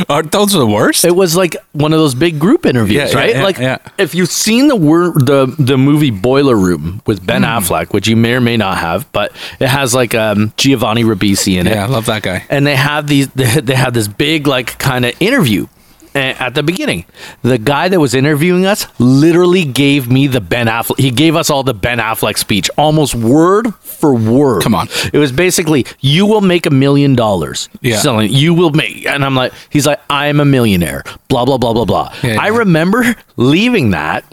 Speaker 3: Aren't those the worst?
Speaker 2: It was like one of those big group interviews,
Speaker 3: Yeah, yeah,
Speaker 2: right?
Speaker 3: yeah,
Speaker 2: like
Speaker 3: yeah.
Speaker 2: if you've seen the wor- the the movie Boiler Room with
Speaker 3: Hmm.
Speaker 2: Ben Affleck, which you may or may not have, but it has like um, Giovanni Ribisi in it
Speaker 3: yeah, I love that guy.
Speaker 2: and they have these [laughs] they they have this big like kind of interview a- at the beginning the guy that was interviewing us literally gave me the ben affleck he gave us all the ben affleck speech almost word for word
Speaker 3: Come on.
Speaker 2: it was basically you will make a million dollars
Speaker 3: Yeah.
Speaker 2: selling you will make and i'm like he's like i am a millionaire blah blah blah blah blah
Speaker 3: Yeah,
Speaker 2: i
Speaker 3: yeah.
Speaker 2: remember leaving that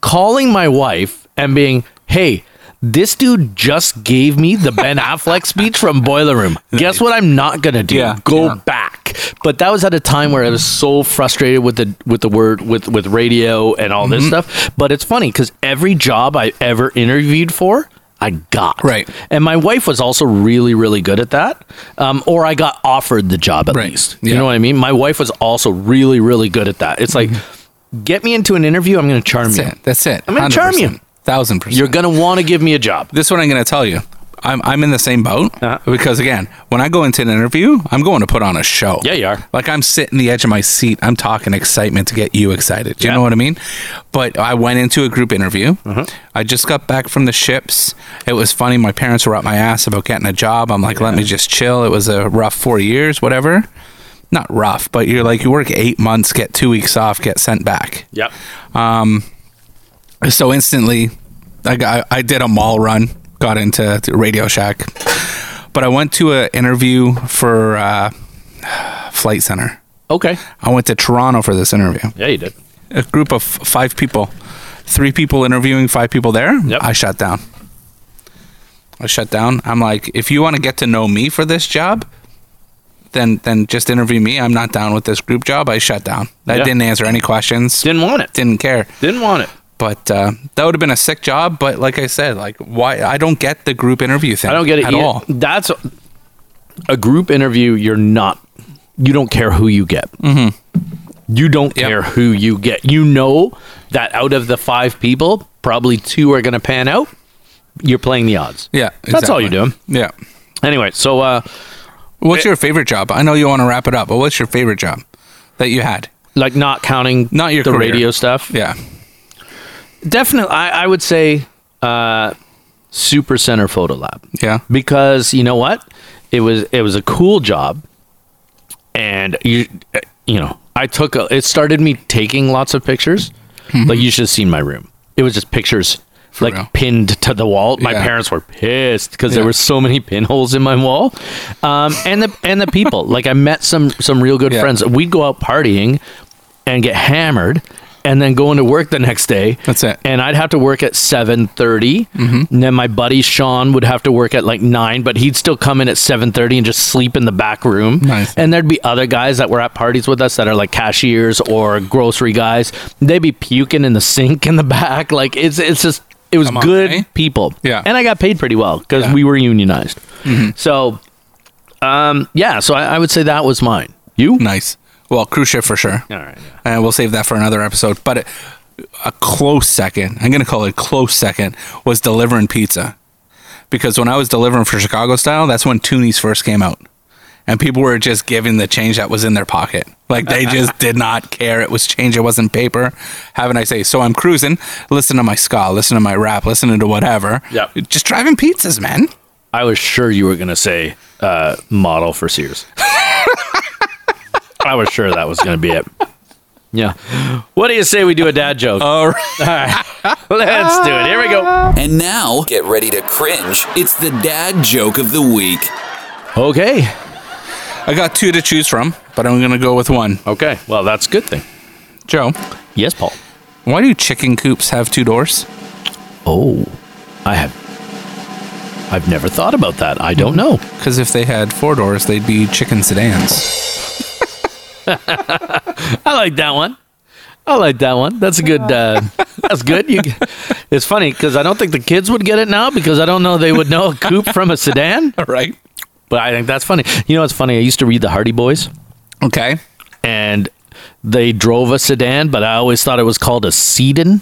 Speaker 2: calling my wife and being hey This dude just gave me the
Speaker 3: [laughs]
Speaker 2: Ben Affleck speech from Boiler Room. Guess what? I'm not gonna do.
Speaker 3: Yeah,
Speaker 2: Go
Speaker 3: yeah.
Speaker 2: back. But that was at a time where I was so frustrated with the with the word with with radio and all this
Speaker 3: Mm-hmm.
Speaker 2: stuff. But it's funny because every job I ever interviewed for, I got
Speaker 3: Right.
Speaker 2: and my wife was also really really good at that. Um, or I got offered the job at
Speaker 3: Right.
Speaker 2: least. You
Speaker 3: Yeah.
Speaker 2: know what I mean? My wife was also really really good at that. It's like. Get me into an interview. I'm going to charm you.
Speaker 3: Mm-hmm. That's it. That's it.
Speaker 2: I'm gonna charm you.
Speaker 3: 100%. Thousand percent.
Speaker 2: You're gonna want to give me a job.
Speaker 3: this is what I'm going to tell you. I'm, I'm in the same boat
Speaker 2: Uh-huh.
Speaker 3: because again, when I go into an interview, I'm going to put on a show.
Speaker 2: Yeah, you are.
Speaker 3: Like I'm sitting the edge of my seat. I'm talking excitement to get you excited. Do you
Speaker 2: Yeah. Uh-huh.
Speaker 3: know what I mean? But I went into a group interview. I just got back from the ships. It was funny. My parents were up my ass about getting a job. I'm like, let me just chill. It was a rough four years, whatever. Not rough, but you're like you work eight months, get two weeks off, get sent back.
Speaker 2: Yep.
Speaker 3: So instantly, I got, I did a mall run, got into to Radio Shack, but I went to an interview for uh, Flight Center.
Speaker 2: Okay.
Speaker 3: I went to Toronto for this interview.
Speaker 2: Yeah, you did.
Speaker 3: A group of f- five people, three people interviewing, five people there.
Speaker 2: Yep.
Speaker 3: I shut down. I shut down. I'm like, if you want to get to know me for this job, then then just interview me. I'm not down with this group job. I shut down. I
Speaker 2: Yeah.
Speaker 3: didn't answer any questions.
Speaker 2: Didn't want it.
Speaker 3: didn't care
Speaker 2: Didn't want it.
Speaker 3: but uh, that would have been a sick job. But like I said, like why I don't get the group interview thing.
Speaker 2: I don't get it
Speaker 3: at
Speaker 2: either.
Speaker 3: all.
Speaker 2: That's a group interview. You're not. You don't care who you get. Mm-hmm. You don't
Speaker 3: Yep.
Speaker 2: care who you get. You know that out of the five people, probably two are going to pan out. You're playing the odds.
Speaker 3: Yeah,
Speaker 2: That's all
Speaker 3: exactly.
Speaker 2: you're doing.
Speaker 3: Yeah.
Speaker 2: Anyway, so uh,
Speaker 3: What's your favorite job? I know you want to wrap it up, but what's your favorite job that you had?
Speaker 2: like not counting
Speaker 3: Not your
Speaker 2: the
Speaker 3: career.
Speaker 2: radio stuff.
Speaker 3: Yeah.
Speaker 2: Definitely, I, I would say uh, Super Center Photo Lab.
Speaker 3: Yeah.
Speaker 2: because you know what it was it was a cool job and you you know i took a, it started me taking lots of pictures like you should have seen my room it was just pictures like
Speaker 3: Mm-hmm. real.
Speaker 2: pinned to the wall my
Speaker 3: Yeah.
Speaker 2: parents were pissed because
Speaker 3: Yeah.
Speaker 2: there were so many pinholes in my wall um, and the and the people
Speaker 3: [laughs]
Speaker 2: like i met some some real good
Speaker 3: Yeah.
Speaker 2: friends we'd go out partying and get hammered and then go into work the next day
Speaker 3: That's it.
Speaker 2: and I'd have to work at seven
Speaker 3: Mm-hmm.
Speaker 2: and then my buddy Sean would have to work at like nine, but he'd still come in at seven thirty and just sleep in the back room.
Speaker 3: Nice.
Speaker 2: And there'd be other guys that were at parties with us that are like cashiers or grocery guys. They'd be puking in the sink in the back. Like it's it's just it was
Speaker 3: Come on,
Speaker 2: good
Speaker 3: eh?
Speaker 2: people.
Speaker 3: Yeah.
Speaker 2: and I got paid pretty well because
Speaker 3: Yeah. Mm-hmm.
Speaker 2: we were unionized. So, um, yeah. So I, I would say that was mine. You?
Speaker 3: Nice. Well, cruise ship for sure.
Speaker 2: All right. yeah.
Speaker 3: And we'll save that for another episode. But it, a close second, I'm going to call it a close second, was delivering pizza. Because when I was delivering for Chicago Style, that's when Toonies first came out. And people were just giving the change that was in their pocket. Like they just did not care. It was change. It wasn't paper. How can I say? So I'm cruising, listening to my ska, listening to my rap, listening to whatever.
Speaker 2: Yep.
Speaker 3: Just driving pizzas, man.
Speaker 2: I was sure you were going to say uh, model for Sears. I was sure that was going to be it. Yeah. What do you say we do a dad joke?
Speaker 3: All right.
Speaker 2: [laughs] Let's do it. Here we go.
Speaker 1: And now, get ready to cringe. It's the dad joke of the week.
Speaker 2: Okay.
Speaker 3: I got two to choose from, but I'm going to go with one.
Speaker 2: Okay. Well, that's a good thing.
Speaker 3: Joe,
Speaker 2: Yes, Paul.
Speaker 3: why do chicken coops have two doors?
Speaker 2: Oh, I have. I've never thought about that. I don't know.
Speaker 3: Because if they had four doors, they'd be chicken sedans.
Speaker 2: I like that one. I like that one. That's a good. Uh, [laughs] that's good. You, [laughs] it's funny because I don't think the kids would get it now because I don't know they would know a coupe from a sedan.
Speaker 3: All [laughs] right.
Speaker 2: But I think that's funny. You know what's funny? I used to read the Hardy Boys,
Speaker 3: Okay.
Speaker 2: and they drove a sedan, but I always thought it was called a sedan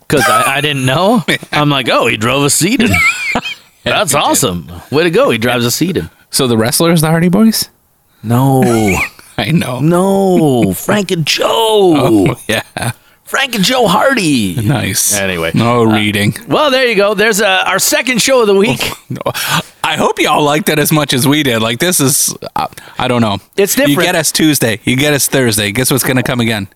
Speaker 2: because I, I didn't know. [laughs] I'm like, oh, he drove a [laughs] sedan. that's awesome. Way to go. He drives a sedan.
Speaker 3: So the wrestlers, the Hardy Boys?
Speaker 2: No,
Speaker 3: I know.
Speaker 2: no, Frank and Joe,
Speaker 3: [laughs] Yeah.
Speaker 2: Frank and Joe Hardy.
Speaker 3: Nice.
Speaker 2: Anyway.
Speaker 3: No reading.
Speaker 2: Well, there you go. There's uh, our second show of the week.
Speaker 3: No. I hope y'all liked it as much as we did. Like this is, uh, I don't know.
Speaker 2: It's
Speaker 3: You
Speaker 2: different.
Speaker 3: get us Tuesday. You get us Thursday. Guess what's going to come again?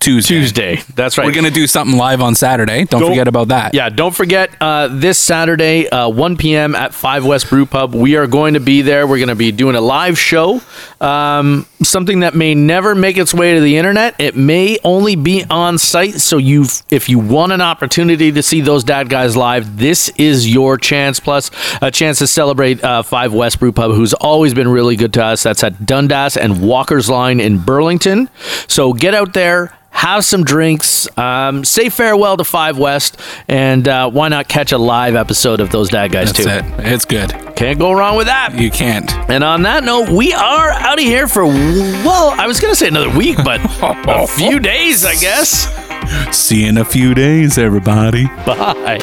Speaker 3: Tuesday.
Speaker 2: Tuesday. That's right.
Speaker 3: We're going to do something live on Saturday. Don't,
Speaker 2: Don't-
Speaker 3: forget about that.
Speaker 2: Yeah, don't forget uh, this Saturday, uh, 1 p.m. at 5 West Brew Pub. We are going to be there. We're going to be doing a live show. Um, something that may never make its way to the internet. It may only be on site. So you, if you want an opportunity to see those dad guys live, this is your chance. Plus, a chance to celebrate uh, Five West Brew Pub, who's always been really good to us. That's at Dundas and Walker's Line in Burlington. So get out there. Have some drinks, um, say farewell to Five West, and uh, why not catch a live episode of those Dad Guys
Speaker 3: That's
Speaker 2: too?
Speaker 3: it. It's good.
Speaker 2: Can't go wrong with that.
Speaker 3: You can't.
Speaker 2: And on that note, we are out of here for, well, I was going to say another week, but a few days, I guess.
Speaker 3: See you in a few days, everybody.
Speaker 2: Bye.